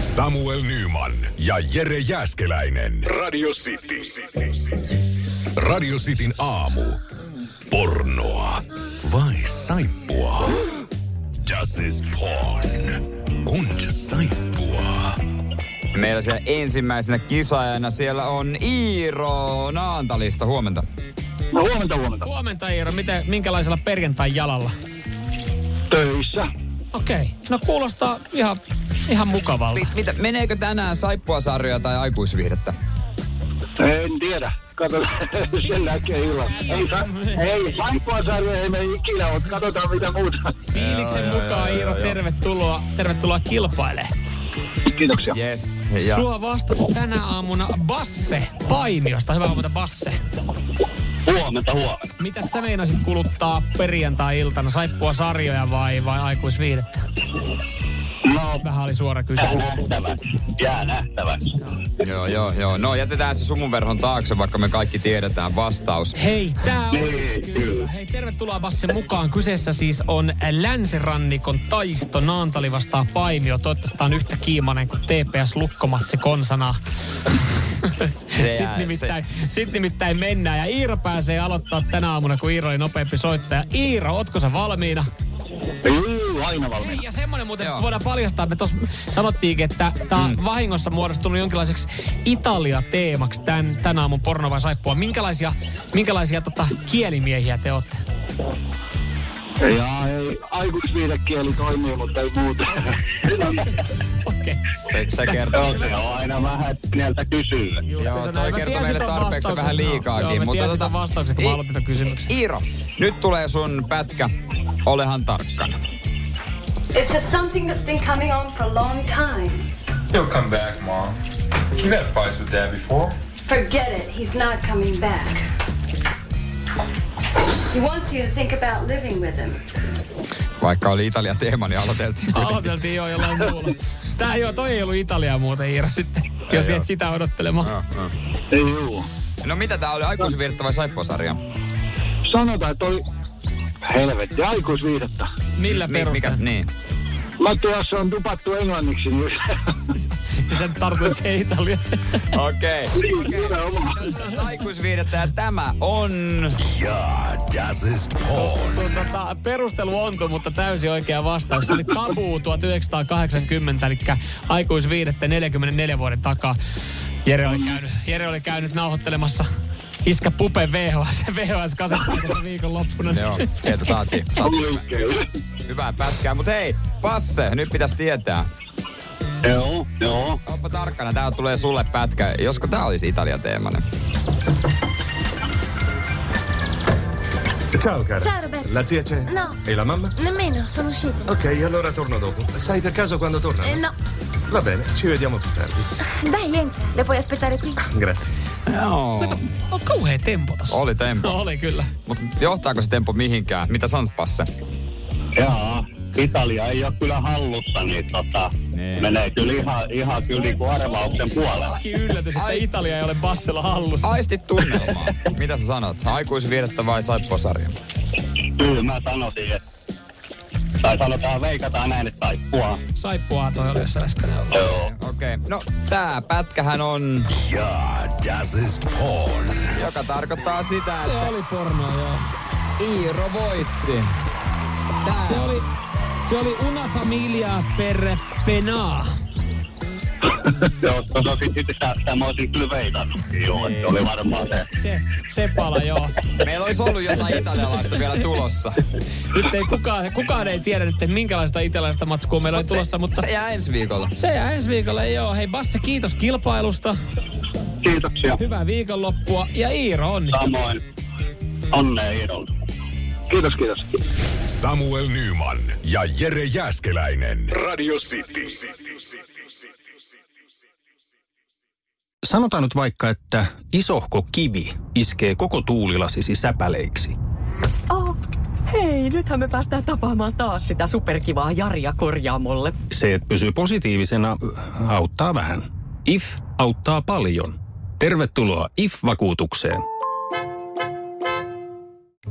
Samuel Nyman ja Jere Jäskeläinen. Radio City. Radio Cityn aamu. Pornoa vai saippua? Das ist porn und saippua. Meillä siellä ensimmäisenä kisaajana siellä on Iiro Naantalista. Huomenta. No huomenta, huomenta. Huomenta Iiro, Miten, minkälaisella perjantai jalalla? Töissä. Okei, okay. no kuulostaa ihan, ihan mukavalta. Mi- mitä, meneekö tänään saippuasarjoja tai aikuisviihdettä? En tiedä. Kato, sen näkee illalla. Ei, sa- ei saippuasarja ei me ikinä ole. Katsotaan mitä muuta. Fiiliksen Joo, joo, mukaan joo, Iiro, joo, joo. tervetuloa, tervetuloa kilpaile. Kiitoksia. Yes. Ja. Ja Sua vastasi tänä aamuna Basse Paimiosta. Hyvää huomenta Basse. Huomenta, huomenta. Mitä sä meinasit kuluttaa perjantai-iltana? Saippua sarjoja vai, vai aikuisviihdettä? No, Vähän oli suora kysymys. nähtäväksi. Jää nähtäväksi. joo, joo, joo. No jätetään se sumunverhon taakse, vaikka me kaikki tiedetään vastaus. Hei, tää on Niin, kyllä. Hei, tervetuloa Basse mukaan. Kyseessä siis on länsirannikon taisto Naantali vastaan Paimio. Toivottavasti tää on yhtä kiimainen kuin TPS Lukkomatsi konsana. Se, Sitten jää- nimittäin, sit nimittäin mennään ja Iiro pääsee aloittaa tänä aamuna, kun Iiro oli nopeampi soittaja. Iiro, ootko sä valmiina? Juu, aina Hei, valmiina. Niin, ja semmonen muuten Joo. Mm. voidaan paljastaa, me tuossa sanottiinkin, että tämä on vahingossa muodostunut jonkinlaiseksi Italia-teemaksi tän, tän aamun porno vai saippua. Minkälaisia, minkälaisia tota, kielimiehiä te olette? Ja ei, aikuisviidekieli toimii, mutta ei muuta. Okei. se, se kertoo. Joo, No se on aina vähän että mieltä kysyy. Joo, toi Mä tiesin kertoo ton meille tarpeeksi vastauksen. vähän niin liikaakin. Joo, mä mutta tiesin tota... vastauksen, kun mä I- aloitin tämän kysymyksen. Iiro, nyt tulee sun pätkä. Olehan tarkkana. It's just something that's been coming on for a long time. He'll come back, Mom. You've had fights with Dad before. Forget it, he's not coming back. He wants you to think about living with him. Vaikka oli Italia teema, niin aloiteltiin. Aloiteltiin jo jollain muulla. Tää joo, toi ei ollut Italiaa muuten Iiro sitten, jos joo. jäät sitä odottelemaan. Juu. No mitä tää oli, aikuisvirta vai saippuasarja? Sanotaan, että oli helvetti aikuisviidettä. Millä Mi- mikä? perusteella? Niin. Mä tuossa se on tupattu englanniksi, niin Niin. Sen tartuit se Italia. Okei. Okay. nimenomaan. Aikuisviidettä ja tämä on... Ja, das ist porn. Sun tota, perustelu ontu, mutta täysin oikea vastaus. Se oli tabu 1980, eli aikuisviidettä 44 vuoden takaa. Jere oli käynyt, Jere oli käynyt nauhoittelemassa Iskä Pupe VHS, VHS kasettaa viikonloppuna. Joo, sieltä saatiin. saatiin Oikein. hyvää pätkää. Mutta hei, passe, nyt pitäisi tietää. Joo, joo. Oppa tarkkana, tää tulee sulle pätkä. Josko tää olisi Italian teemainen? Ciao cara. Ciao, Roberto. La zia c'è? No. E la mamma? Nemmeno, sono uscita. Ok, allora torno dopo. Sai per caso quando torna? Eh, no. Va bene, ci vediamo più tardi. Dai, entra. Le puoi aspettare qui? Grazie. Joo. On kauhea tempo tossa. Oli tempo. No, oli kyllä. Mutta johtaako se tempo mihinkään? Mitä sanot, Passe? Jaa, Italia ei ole kyllä hallussa, niin tota, Niin. menee kyllä ihan, ihan kyllä niin kuin arvauksen puolella. Kaikki yllätys, että Ai. Italia ei ole Bassella hallussa. Aistit tunnelmaa. Mitä sä sanot? Aikuisviidettä vai saippuasarja? Kyllä mä sanoisin, että tai sanotaan veikataan näin, että saippua. Saippua toi oli jossain äsken. Joo. Okei, okay. no tää pätkähän on, Ja, das ist porn. joka tarkoittaa sitä, Se että oli porno, joo. Iiro voitti. Tää. Se oli, se oli una familia per pena. Joo, se on sitten sitä, sitä mä olisin kyllä veikannutkin, joo, että se oli varmaan se. Se, se pala, joo. Meillä olisi ollut jotain italialaista vielä tulossa. Nyt ei kukaan, kukaan ei tiedä nyt, että minkälaista italialaista matskua meillä on tulossa, mutta Se jää ensi viikolla. se jää ensi viikolla. Joo, hei Basse, kiitos kilpailusta. Kiitoksia. Hyvää viikonloppua ja Iiro onni. Samoin. Onnea Iidolle. Kiitos, kiitos. Samuel Nyman ja Jere Jäskeläinen. Radio City. Sanotaan nyt vaikka, että isohko kivi iskee koko tuulilasisi säpäleiksi. Oh, hei, nythän me päästään tapaamaan taas sitä superkivaa Jaria korjaamolle. Se, että pysyy positiivisena, auttaa vähän. IF auttaa paljon. Tervetuloa IF-vakuutukseen.